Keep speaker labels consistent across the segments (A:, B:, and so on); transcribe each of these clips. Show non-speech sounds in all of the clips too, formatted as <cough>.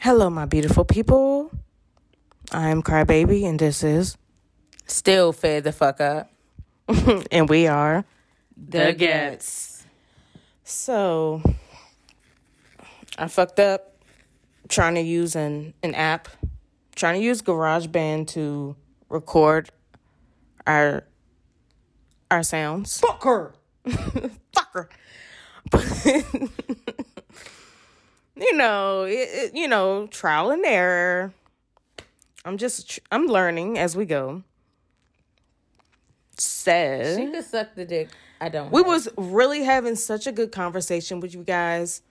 A: Hello, my beautiful people. I am Crybaby, and this is,
B: Still fed the fuck up.
A: <laughs> and we are.
B: The gets.
A: So, I fucked up trying to use an, an app, trying to use GarageBand to record our our sounds. Fuck her! Fuck her! <laughs> you know, it, it, you know, trial and error. I'm just, tr- I'm learning as we go. Says.
B: She could suck the dick. I don't.
A: We was really having such a good conversation with you guys,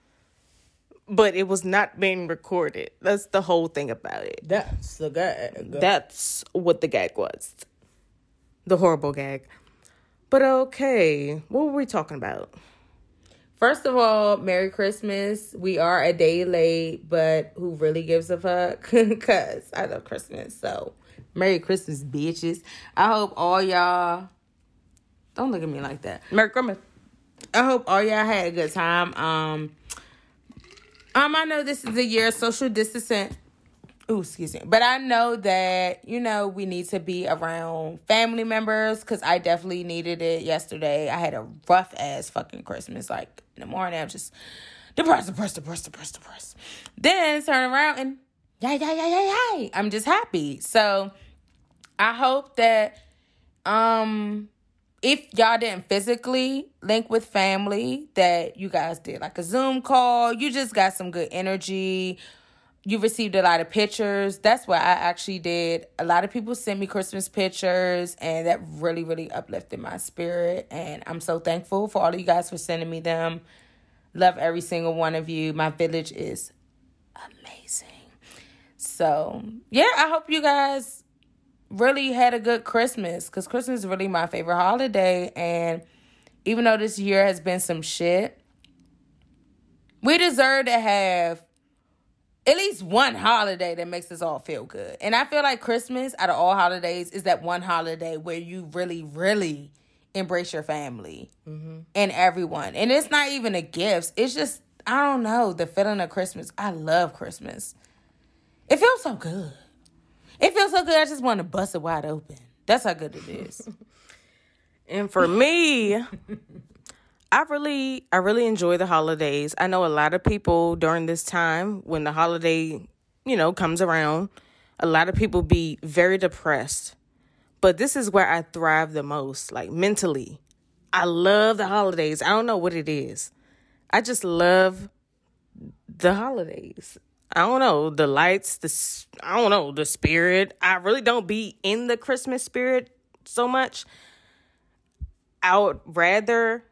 A: but it was not being recorded. That's the whole thing about it.
B: That's the gag.
A: That's what the gag was. The horrible gag. But okay, what were we talking about?
B: First of all, Merry Christmas. We are a day late, but who really gives a fuck? <laughs> Because I love Christmas. So, Merry Christmas, bitches. I hope all y'all. Don't look at me like that.
A: Merry Christmas.
B: I hope all y'all had a good time. Um, um, I know this is the year of social distancing. Ooh, excuse me. But I know that you know we need to be around family members because I definitely needed it yesterday. I had a rough ass fucking Christmas. Like in the morning, I'm just depressed, depressed, depressed, depressed, depressed. Then turn around and yay, yay, yay, yay, yay. I'm just happy. So I hope that um if y'all didn't physically link with family that you guys did like a zoom call you just got some good energy you received a lot of pictures that's what i actually did a lot of people sent me christmas pictures and that really really uplifted my spirit and i'm so thankful for all of you guys for sending me them love every single one of you my village is amazing so yeah i hope you guys really had a good Christmas because Christmas is really my favorite holiday. And even though this year has been some shit, we deserve to have at least one holiday that makes us all feel good. And I feel like Christmas, out of all holidays, is that one holiday where you really, really embrace your family and everyone. And it's not even the gifts, it's just, I don't know, the feeling of Christmas. I love Christmas. It feels so good. It feels so good. I just want to bust it wide open. That's how good it is.
A: And for me, I really I really enjoy the holidays. I know a lot of people during this time when the holiday, you know, comes around, a lot of people be very depressed. But this is where I thrive the most, like mentally. I love the holidays. I don't know what it is. I just love the holidays. I don't know the lights, the s- I don't know the spirit. I really don't be in the Christmas spirit so much. I would rather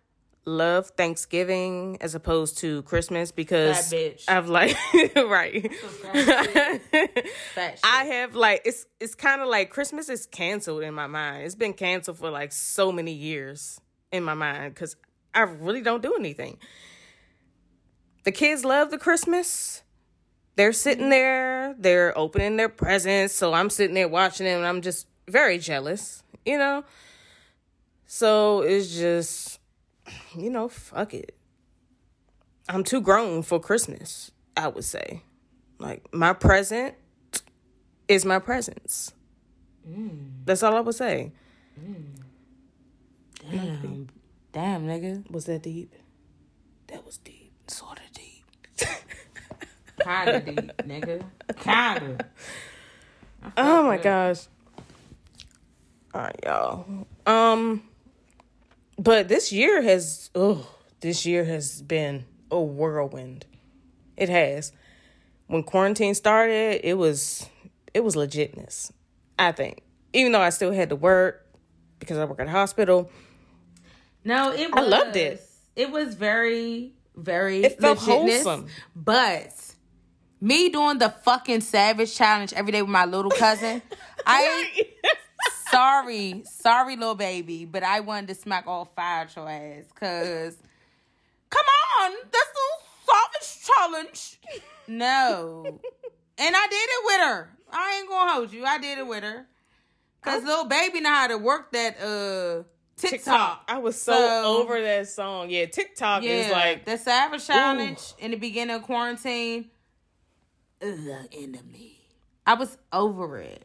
A: love Thanksgiving as opposed to Christmas because
B: <laughs> Fat bitch.
A: I've like <laughs> right. <laughs>
B: Fat shit.
A: I have like it's it's kind of like Christmas is canceled in my mind. It's been canceled for like so many years in my mind because I really don't do anything. The kids love the Christmas. They're sitting there, they're opening their presents, so I'm sitting there watching them, and I'm just very jealous, you know. So it's just, you know, fuck it. I'm too grown for Christmas. I would say, like my present is my presence. That's all I would say.
B: Damn, damn, nigga.
A: Was that deep? That was deep. Sort of deep.
B: Kinda deep, nigga. Kinda.
A: Oh my gosh. All right, y'all. Um, but this year has oh, this year has been a whirlwind. It has. When quarantine started, it was it was legitness. I think, even though I still had to work because I work at a <laughs> hospital.
B: No, it. Was,
A: loved it.
B: It was very, very.
A: It felt
B: legitness,
A: wholesome.
B: but me doing the fucking savage challenge every day with my little <laughs> cousin. I sorry, sorry, little baby, but I wanted to smack all five at your ass. Cause come on, that's the savage challenge. No, and I did it with her. I ain't gonna hold you. I did it with her. Cause little baby know how to work that uh TikTok.
A: I was so,
B: So-
A: over that song. Yeah, TikTok is like
B: the Savage Challenge in the beginning of quarantine. the enemy. I was over it.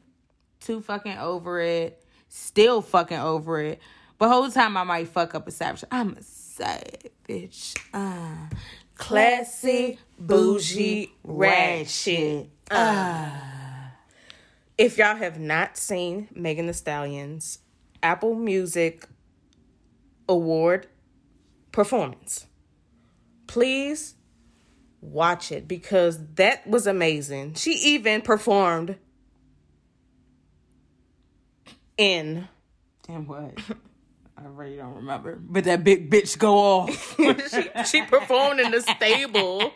B: Too fucking over it. Still fucking over it. But whole time I might fuck up a savage. I'm a savage. Uh, classy, bougie, ratchet.
A: Uh. If y'all have not seen Megan the Stallion's Apple Music Award performance, please watch it because that was amazing. She even performed in <laughs>
B: Damn what? <laughs> I really don't remember. But that big bitch go off.
A: she, she performed in the stable.
B: <laughs>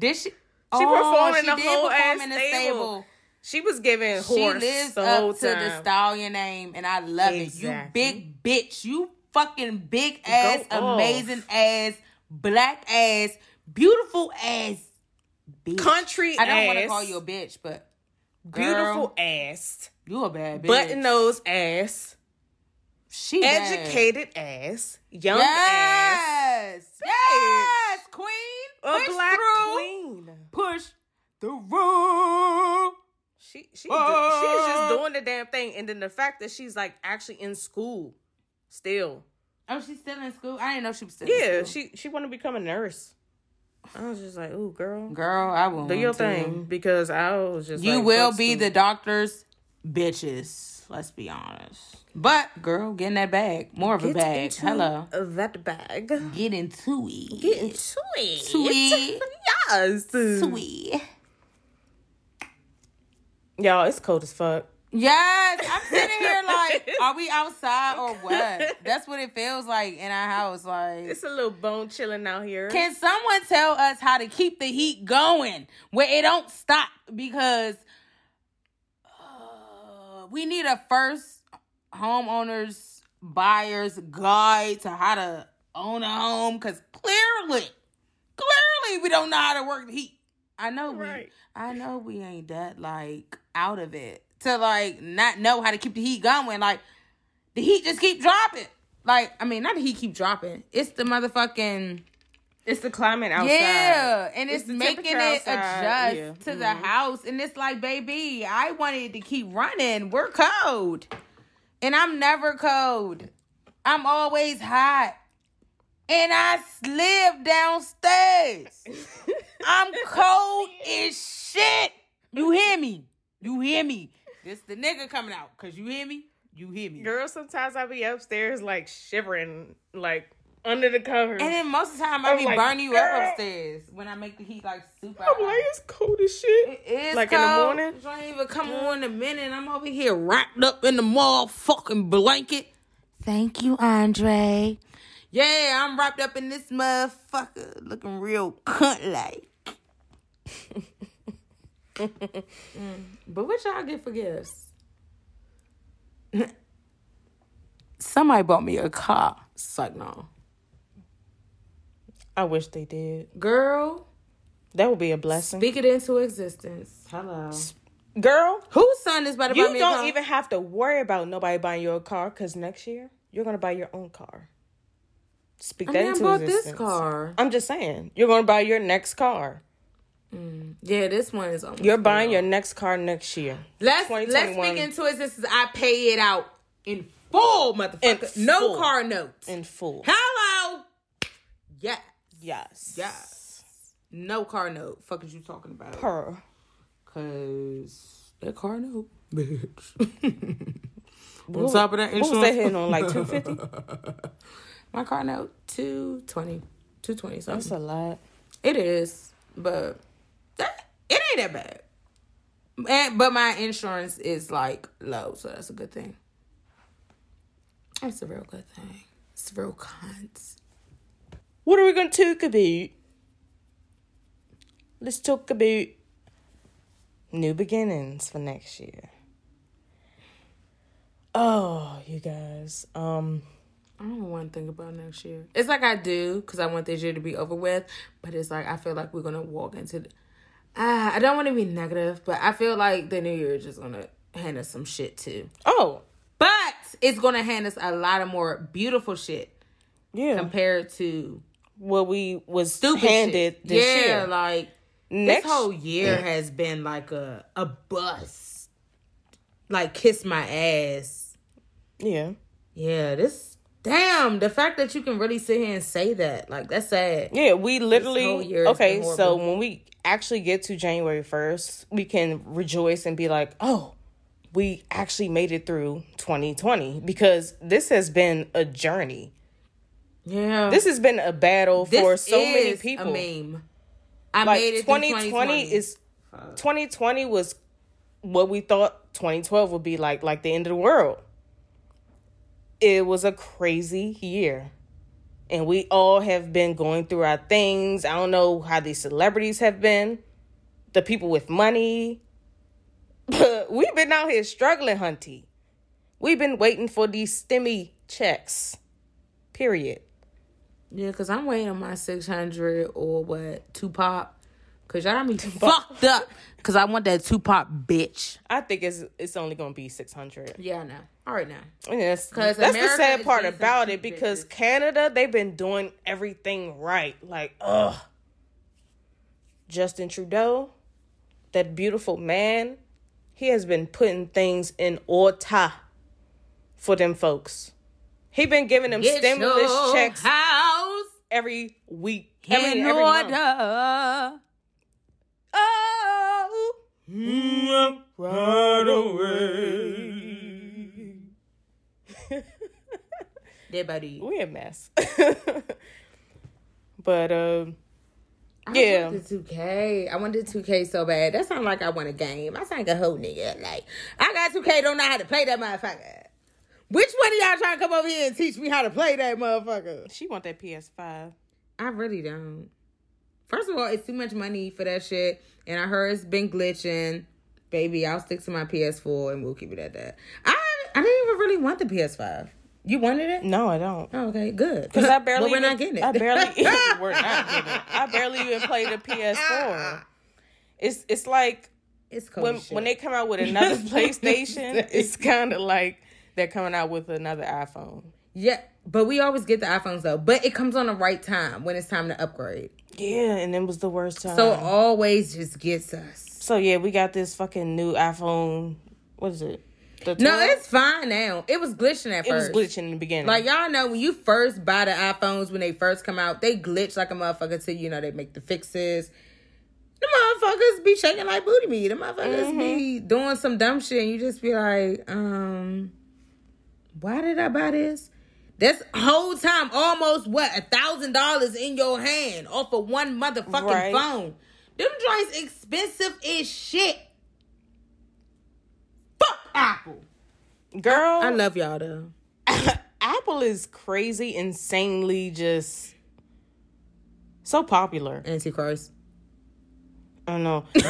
B: Did she? She
A: performed in
B: she
A: the
B: did
A: whole
B: perform
A: ass stable. She was giving
B: She
A: horse
B: lives
A: the whole
B: up to the
A: time.
B: stallion name, and I love it. You
A: Exactly.
B: big bitch. You fucking big ass,
A: off.
B: amazing ass, black ass, beautiful ass. Bitch.
A: Country
B: I don't want to
A: ass.
B: call you a bitch, but
A: Beautiful
B: girl,
A: ass,
B: You a bad bitch.
A: button nose ass,
B: She bad.
A: educated ass, young ass,
B: Yes. Yes. Queen.
A: a
B: push
A: black
B: through.
A: queen.
B: Push through.
A: She she ju- she's just doing the damn thing, and then the fact that she's like actually in school still.
B: Oh, she's still in school. I didn't know she was still.
A: Yeah,
B: in school.
A: she she want to become a nurse. I was just like, ooh, girl,
B: Girl, I will
A: do your thing because I was just
B: You
A: like,
B: will
A: fuck
B: be
A: school.
B: the doctor's bitches. Let's be honest. But girl, get in that bag. More of a
A: Get
B: bag.
A: into
B: Hello.
A: that bag.
B: Get into it.
A: Get into it.
B: Sweet.
A: <laughs> Yes.
B: Sweet.
A: Y'all, it's cold as fuck.
B: Yes, I'm sitting here like, are we outside
A: <laughs>
B: or what? That's what it feels like in our house. Like,
A: It's a little bone chilling out here.
B: Can someone tell us how to keep the heat going where it don't stop? Because uh, we need a first homeowners buyers guide to how to own a home. Because clearly, clearly, we don't know how to work the heat. I know
A: Right.
B: we, I know we ain't that like out of it to like not know how to keep the heat going. Like the heat just keep dropping. Like I mean, not the heat keep dropping. It's the motherfucking
A: it's the climate outside.
B: yeah, and it's,
A: the
B: making
A: temperature
B: it
A: outside,
B: adjust
A: yeah. Mm-hmm.
B: to the house, and it's like, baby, I wanted to keep running. We're cold, and I'm never cold. I'm always hot, and I live downstairs.
A: <laughs>
B: I'm cold as shit. You hear me? You hear me? This the nigga coming out, cause you hear me? You hear me?
A: <laughs> Girl, sometimes I be upstairs like shivering, like under the covers.
B: And then most of the time I
A: I'm
B: be
A: like,
B: burning you
A: girl.
B: up upstairs when I make the heat like super.
A: Oh I'm
B: hot.
A: like, it's cold as shit.
B: It's
A: Like in
B: cold.
A: the morning?
B: Don't even come on in a minute. and I'm over here wrapped up in the motherfucking blanket. Thank you, Andre. Yeah, I'm wrapped up in this motherfucker, looking real cunt like. <laughs> But what y'all get for gifts? Somebody bought me a car. Suck no,
A: I wish they did.
B: girl.
A: That would be a blessing.
B: Speak it into existence. Hello.
A: Girl,
B: Whose son is about to buy
A: you
B: me a
A: don't
B: car?
A: even have to worry about nobody buying you a car because next year you're gonna buy your own car. Speak
B: I
A: that
B: mean, I
A: into
B: bought
A: existence.
B: this car.
A: I'm just saying, you're gonna buy your next car.
B: Yeah, this one is on.
A: You're buying your next car next year.
B: Let's let's
A: 2021.
B: speak into it. This is I pay it out in full, motherfucker.
A: In
B: no
A: full.
B: car notes.
A: In full.
B: Hello. Yes.
A: Yes.
B: Yes. No car note. Fuck is you talking about?
A: Per.
B: Cause that car note, bitch. <laughs> on top of that,
A: What was that hitting on like
B: <laughs>
A: 250?
B: my car note 220 220
A: That's
B: something.
A: a lot.
B: It is, but that it ain't that bad. And, but my insurance is like low, so that's a good thing. That's a real good thing. It's real cons.
A: What are we gonna talk about? Let's talk about new beginnings for next year. Oh, you guys. Um
B: I don't want to think about next year. It's like I do because I want this year to be over with, but it's like I feel like we're gonna walk into. The, ah, I don't want to be negative, but I feel like the new year is just gonna hand us some shit too.
A: oh,
B: But it's gonna hand us a lot of more beautiful shit
A: yeah.
B: compared to
A: what we was
B: stupid
A: handed
B: shit.
A: this
B: yeah,
A: year.
B: like
A: Next
B: this whole year has been like a a bust. Like kiss my ass.
A: yeah.
B: Yeah, this damn the fact that you can really sit here and say that like that's sad.
A: Yeah, we
B: whole
A: literally
B: year has
A: okay.
B: been
A: So
B: horrible.
A: when we actually get to January first, we can rejoice and be like, "Oh, we actually made it through 2020." Because this has been a journey.
B: Yeah,
A: This has been a battle
B: This
A: for so many
B: is
A: people.
B: A meme. I
A: like
B: made it
A: 2020,
B: 2020
A: is 2020 was what we thought 2012 would be like, like the end of the world. It was a crazy year. And we all have been going through our things. I don't know how these celebrities have been, the people with money. <laughs> But we've been out here struggling, hunty. We've been waiting for these stimmy checks. Period.
B: Yeah, because I'm waiting on my 600 or what, Tupac. Because y'all got me fucked up. Because I want that Tupac bitch.
A: I think it's it's only gonna be six hundred.
B: Yeah, I know. All right, now.
A: And that's
B: 'Cause
A: that's the
B: America
A: sad
B: is
A: part
B: based on
A: about
B: two
A: it because
B: bitches.
A: Canada, they've been doing everything right. Like, ugh. Justin Trudeau, that beautiful man, he has been putting things in order for them folks. He been giving them
B: Get
A: stimulus
B: your
A: checks
B: house
A: every week. I mean,
B: in
A: every month. <laughs>
B: order.
A: Oh,
B: Mm-hmm.
A: right away.
B: Dead body.
A: we a mess. <laughs> but um,
B: I
A: yeah,
B: wanted 2K. I wanted 2K so bad. That sound like I want a game. I sound like a hoe nigga. Like, I got 2K, don't know how to play that motherfucker. Which one of y'all trying to come over here and teach me how to play that motherfucker?
A: she want that PS Five.
B: I really don't. First of all, it's too much money for that shit, and I heard it's been glitching. Baby, I'll stick to my PS4 and we'll keep it at that. I I didn't even really want the PS5. You wanted it?
A: No, I don't.
B: Oh, okay, good.
A: Cause <laughs> I barely
B: <laughs> But we're
A: even,
B: not getting it.
A: I <laughs> barely we're not getting it. I barely even play the PS4. It's it's like
B: <laughs>
A: <laughs>
B: it's cold.
A: when
B: as shit.
A: when they come out <laughs> with another PlayStation,
B: Say.
A: it's kind of like they're coming out with another iPhone.
B: yeah, but we always get the iPhones though. But it comes on the right time when it's time to upgrade.
A: Yeah, and it was the worst time.
B: So it
A: So
B: always just gets us.
A: so yeah, we got this fucking new iPhone. What is it? The
B: No,
A: 12?
B: it's fine now. It was glitching at
A: it was
B: first.
A: glitching in the beginning.
B: Like y'all know when you first buy the iPhones when they first come out, they glitch like a motherfucker till you know they make the fixes. The motherfuckers be shaking like booty meat. The motherfuckers be doing some dumb shit and you just be like, um, why did I buy this? This whole time, almost what, a thousand dollars in your hand off of one motherfucking
A: Right.
B: phone. Them joints expensive as shit. Fuck Apple.
A: girl,
B: I love y'all though.
A: <laughs> Apple is crazy, insanely just so popular.
B: Antichrist.
A: I don't know. And,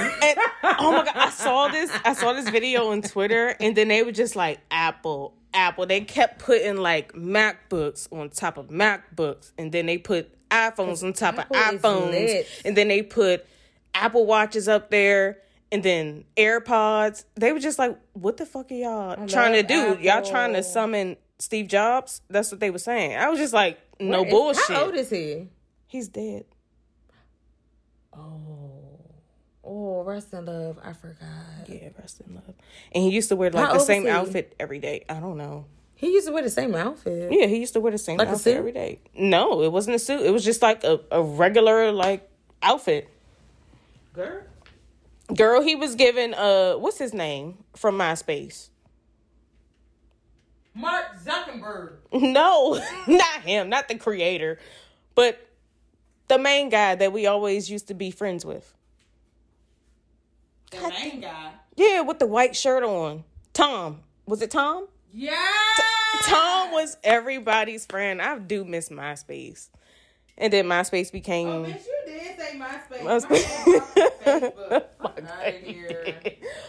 A: oh my god, I saw this. I saw this video on Twitter, and then they were just like Apple, Apple. They kept putting like MacBooks on top of MacBooks, and then they put iPhones on top
B: Apple
A: of
B: is
A: iPhones,
B: lit.
A: and then they put Apple watches up there. And then AirPods, they were just like, "What the fuck are y'all trying to
B: love
A: do? Y'all
B: Apple.
A: trying to summon Steve Jobs?" That's what they were saying. I was just like, "No
B: Is-
A: bullshit."
B: How old is he?
A: He's dead.
B: Oh, oh, rest in love. I forgot.
A: Yeah, rest in love. And he used to wear like
B: How
A: the
B: old
A: same
B: is he?
A: outfit every day. I don't know.
B: He used to wear the same outfit.
A: Yeah, he used to wear the same
B: a
A: outfit
B: suit?
A: every day. No, it wasn't a suit. It was just like a, a regular like outfit.
B: Girl.
A: Girl, he was given uh what's his name from MySpace? <laughs>
B: Mark Zuckerberg.
A: No, <laughs> not him, not the creator, but the main guy that we always used to be friends with.
B: The main guy.
A: Yeah, with the white shirt on. Tom. Was it Tom?
B: Yeah.
A: Tom was everybody's friend. I do miss MySpace. And then MySpace became
B: you did say MySpace.
A: MySpace. <laughs>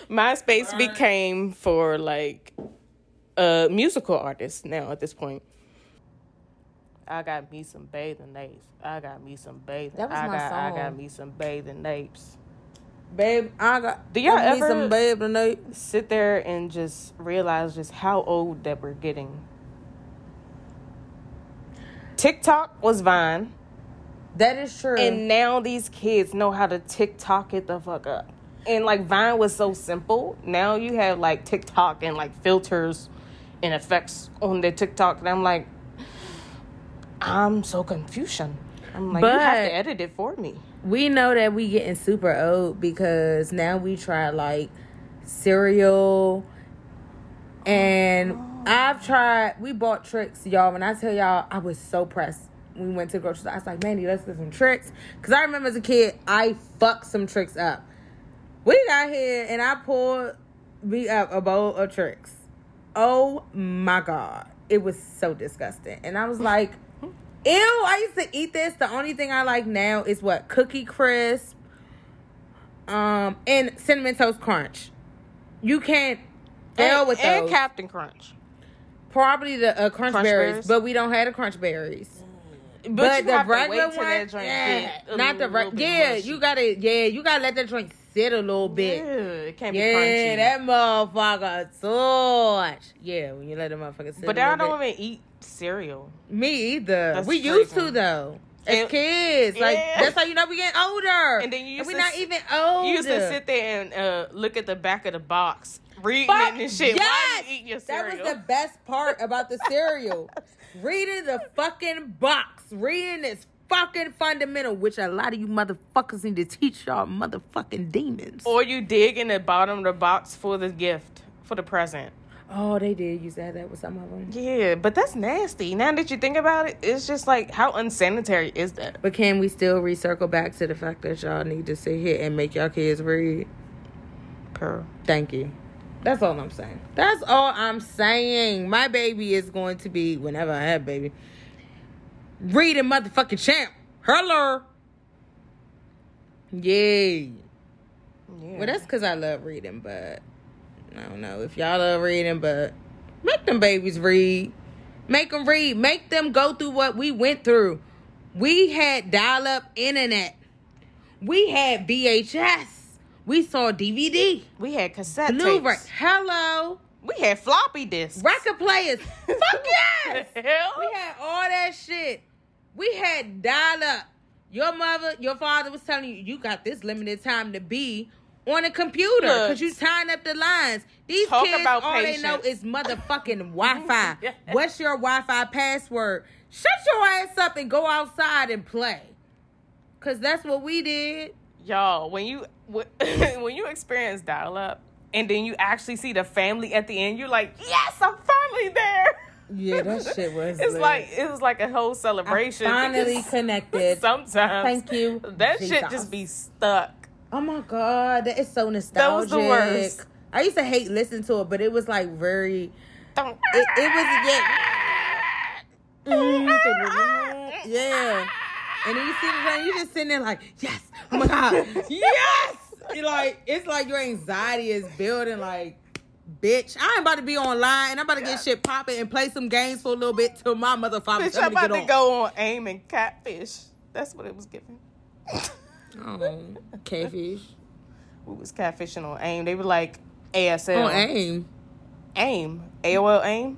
A: MySpace
B: Right.
A: became for like uh musical artists now at this point. I got me some bathing napes. I got me some bathing.
B: That was
A: I
B: my
A: got I got
B: song.
A: me some bathing napes.
B: Babe, I got.
A: Do y'all
B: I need
A: ever-
B: some babe tonight?
A: Sit there and just realize just how old that we're getting. TikTok was Vine.
B: That is true.
A: And now these kids know how to TikTok it the fuck up. And like Vine was so simple. Now you have like TikTok and like filters and effects on the TikTok. And I'm like, I'm so Confucian. I'm like, you have
B: But-
A: to edit it for me.
B: we know that we getting super old because now we try like cereal and I've tried we bought tricks, y'all. When I tell y'all I was so pressed. when We went to the grocery store. I was like, Mandy, let's get some tricks. Cause I remember as a kid, I fucked some tricks up. We got here and I poured me up a bowl of tricks. Oh my god. It was so disgusting. And
A: <laughs>
B: I was like, ew, I used to eat this. The only thing I like now is what? Cookie crisp. Um and cinnamon toast crunch. You can't deal
A: And,
B: with
A: and
B: those.
A: Captain Crunch.
B: Probably the uh, crunch,
A: Crunch
B: berries,
A: berries?
B: but we don't have the crunch berries.
A: But,
B: But,
A: you
B: the
A: have to wait
B: regular
A: till
B: one,
A: that joint
B: yeah,
A: get a
B: not the
A: little
B: right.
A: bit
B: Yeah,
A: mushy.
B: you gotta, yeah, you gotta let that joint sit a little bit.
A: Yeah, it can't
B: Yeah,
A: be crunchy.
B: that motherfucker torch. Yeah, when you let the motherfucker sit.
A: but
B: a
A: now I
B: little
A: don't even eat cereal.
B: bit. me either.
A: That's
B: we used to
A: crazy.
B: though. As
A: And-
B: kids, like
A: Yeah.
B: that's how you know we getting older.
A: And then you used
B: we
A: to
B: not
A: sit-
B: even older.
A: You used to sit there and uh, look at the back of the box, reading
B: Fuck
A: it and shit.
B: yes!
A: Why you eat your
B: That
A: cereal?
B: was the best part about the cereal. reading the fucking box. Reading this fucking fundamental, which a lot of you motherfuckers need to teach y'all motherfucking demons.
A: or you dig in the bottom of the box for the gift, for the present.
B: oh, they did used to have that with some of them.
A: Yeah, but that's nasty. Now that you think about it, it's just like how unsanitary is that?
B: But can we still recircle back to the fact that y'all need to sit here and make y'all kids read?
A: Pearl.
B: Thank you. That's all I'm saying. That's all I'm saying. My baby is going to be, whenever I have baby, reading motherfucking champ. Hello. Yay.
A: Yeah.
B: Well, that's because I love reading, but I don't know if y'all love reading, but make them babies read. Make them read. Make them go through what we went through. We had dial up internet, we had VHS, we saw DVD,
A: we had cassette
B: Blu ray.
A: tapes.
B: Hello,
A: We had floppy disks.
B: record players.
A: <laughs>
B: Fuck yes!
A: The hell?
B: We had all that shit. We had dial up. Your mother, your father was telling you, you got this limited time to be on a computer
A: Look.
B: because you tying up the lines. These
A: Talk
B: kids,
A: about
B: all they know
A: patience. <laughs>
B: is motherfucking Wi Fi.
A: Yes.
B: What's your Wi Fi password? Shut your ass up and go outside and play. Because that's what we did.
A: Y'all, when <laughs> you when you experience dial up and then you actually see the family at the end, you're like, yes, I'm finally there.
B: Yeah,
A: <laughs>
B: that shit was
A: It's
B: lit.
A: like it was like a whole celebration. <laughs>
B: Finally
A: because
B: connected.
A: Sometimes,
B: Thank you,
A: That
B: Jesus.
A: shit just be stuck.
B: Oh my god, that is so nostalgic.
A: was the worst.
B: I used to hate listening to it, but it was like very.
A: Don't-
B: It,
A: <laughs>
B: it was Mm,
A: <laughs>
B: yeah. yeah. And then you see the you just sitting there like, yes, oh
A: <laughs>
B: my god, yes. You're like it's like your anxiety is building. Like, bitch, I'm about to be online and I'm about to get shit popping and play some games for a little bit till my motherfucker.
A: Bitch, I'm about to go on aim and catfish. That's what it was giving.
B: on. Oh, catfish
A: we was catfishing on aim. They were like ASL.
B: on aim.
A: aim. AOL aim.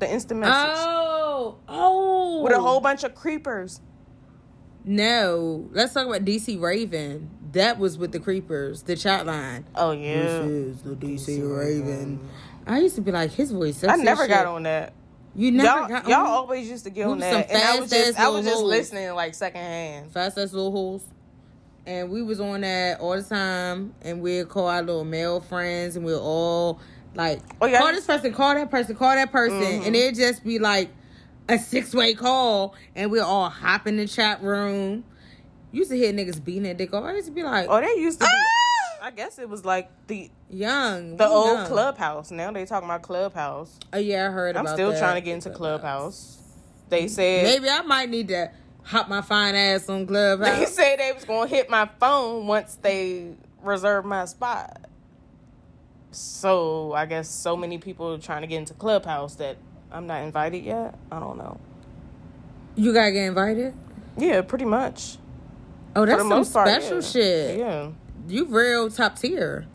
A: The instant message.
B: Oh, oh,
A: with a whole bunch of creepers.
B: No, let's talk about DC Raven. That was with the Creepers, the chat line.
A: Oh yeah.
B: is the DC, Raven. I used to be like, his voice.
A: I
B: sexy as
A: never got
B: shit.
A: on that.
B: You never
A: Y'all,
B: got on.
A: y'all always used to get
B: We
A: on
B: was some
A: that, and I was
B: fast-ass
A: just, I was
B: little
A: just
B: hoes.
A: listening like secondhand.
B: fast ass little holes. And we was on that all the time, and we'd call our little male friends, and we'd all like
A: Oh, yeah. Mm-hmm.
B: call this person, call that person, call that person, and it'd just be like a six way call, and we'd all hop in the chat room. Used to hear niggas beating their dick off. I used to be like,
A: Oh, they used to. Be,
B: Ah!
A: I guess it was like the
B: young,
A: the
B: we
A: old
B: young.
A: clubhouse. Now they talking about clubhouse.
B: Oh yeah, I heard.
A: I'm
B: about
A: still
B: that.
A: trying to get into clubhouse. They said
B: Maybe I might need to hop my fine ass on
A: they <laughs>
B: clubhouse.
A: said they was gonna hit my phone once they reserved my spot. So I guess so many people are trying to get into clubhouse that I'm not invited yet. I don't know.
B: you gotta get invited.
A: Yeah, pretty much.
B: Oh,
A: For
B: that's
A: the
B: some
A: most part,
B: special
A: yeah.
B: shit.
A: Yeah.
B: You real top tier.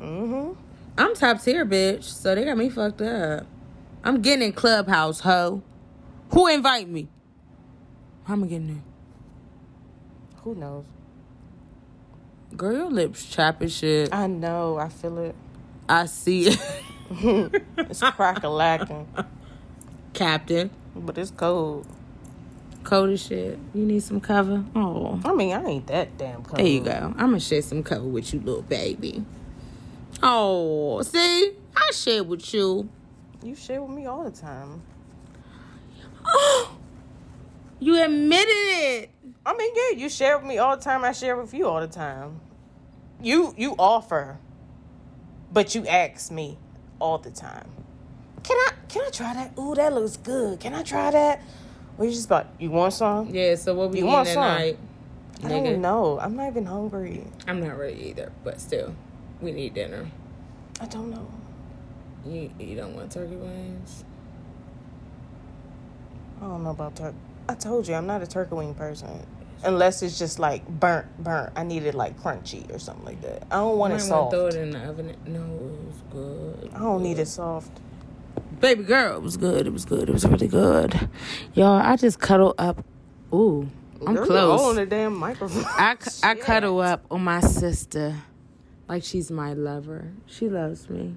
A: Mm-hmm.
B: I'm top tier, bitch. So they got me fucked up. I'm getting in clubhouse, hoe. Who invite me? How am I getting in?
A: Who knows?
B: Girl, your lips chapping shit.
A: I know. I feel it.
B: I see it. <laughs>
A: It's crack a lacking,
B: Captain.
A: but it's cold.
B: Cold as shit. You need some cover? Oh.
A: I mean, I ain't that damn cold.
B: There you go. I'ma share some cover with you, little baby. Oh, see? I share with you. <gasps>
A: You share with me all the time.
B: Oh, you admitted it.
A: I mean, yeah, you share with me all the time. I share with you all the time. You you offer, but you ask me all the time. Can I can I try that? Ooh, that looks good. Can I try that? Or you just about you want some?
B: Yeah, so what we
A: You
B: eating
A: want
B: at
A: some?
B: night?
A: I
B: Nigga.
A: don't know. I'm not even hungry.
B: I'm not ready either, but still, we need dinner.
A: I don't know.
B: You, you don't want turkey wings?
A: I don't know about turkey. I told you I'm not a turkey wing person. Unless it's just like burnt, burnt. I need it like crunchy or something like that. I don't want
B: I
A: it
B: might wanna
A: soft.
B: throw it in the oven. No, it was good.
A: I don't need it soft.
B: Baby girl, it was good. It was good. It was really good. Y'all, I just cuddle up. Ooh, I'm
A: Girl, you all on
B: close.
A: the damn microphone.
B: I, cu-
A: <laughs>
B: I
A: Shit.
B: cuddle up on my sister like she's my lover. She loves me.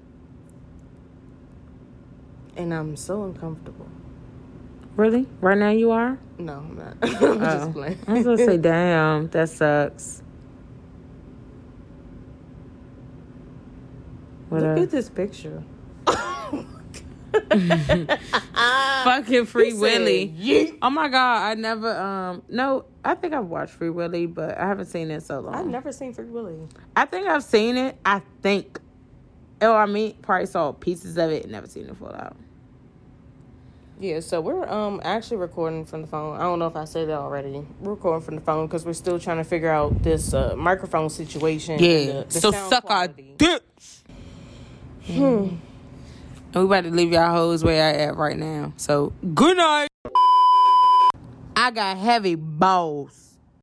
A: and I'm so uncomfortable.
B: Really? Right now you are?
A: No, I'm not. <laughs>
B: Oh.
A: I'm just playing.
B: I was gonna
A: <laughs>
B: say, damn, that sucks. What
A: Look
B: a
A: at this
B: <laughs>
A: picture.
B: fucking Free
A: He said,
B: Willy.
A: "Yeet."
B: Oh my god, I never um no, I think I've watched Free Willy, but I haven't seen it in so long.
A: I've never seen Free Willy.
B: I think I've seen it. I think. Oh, I mean, probably saw pieces of it. Never seen it full out.
A: Yeah, so we're um actually recording from the phone. I don't know if I said that already. We're recording from the phone because we're still trying to figure out this uh, microphone situation. and
B: Yeah.
A: the- the
B: so
A: sound
B: suck
A: quality.
B: our dicks. Hmm. And we about to leave y'all hoes where I at right now. So good night. I got heavy balls.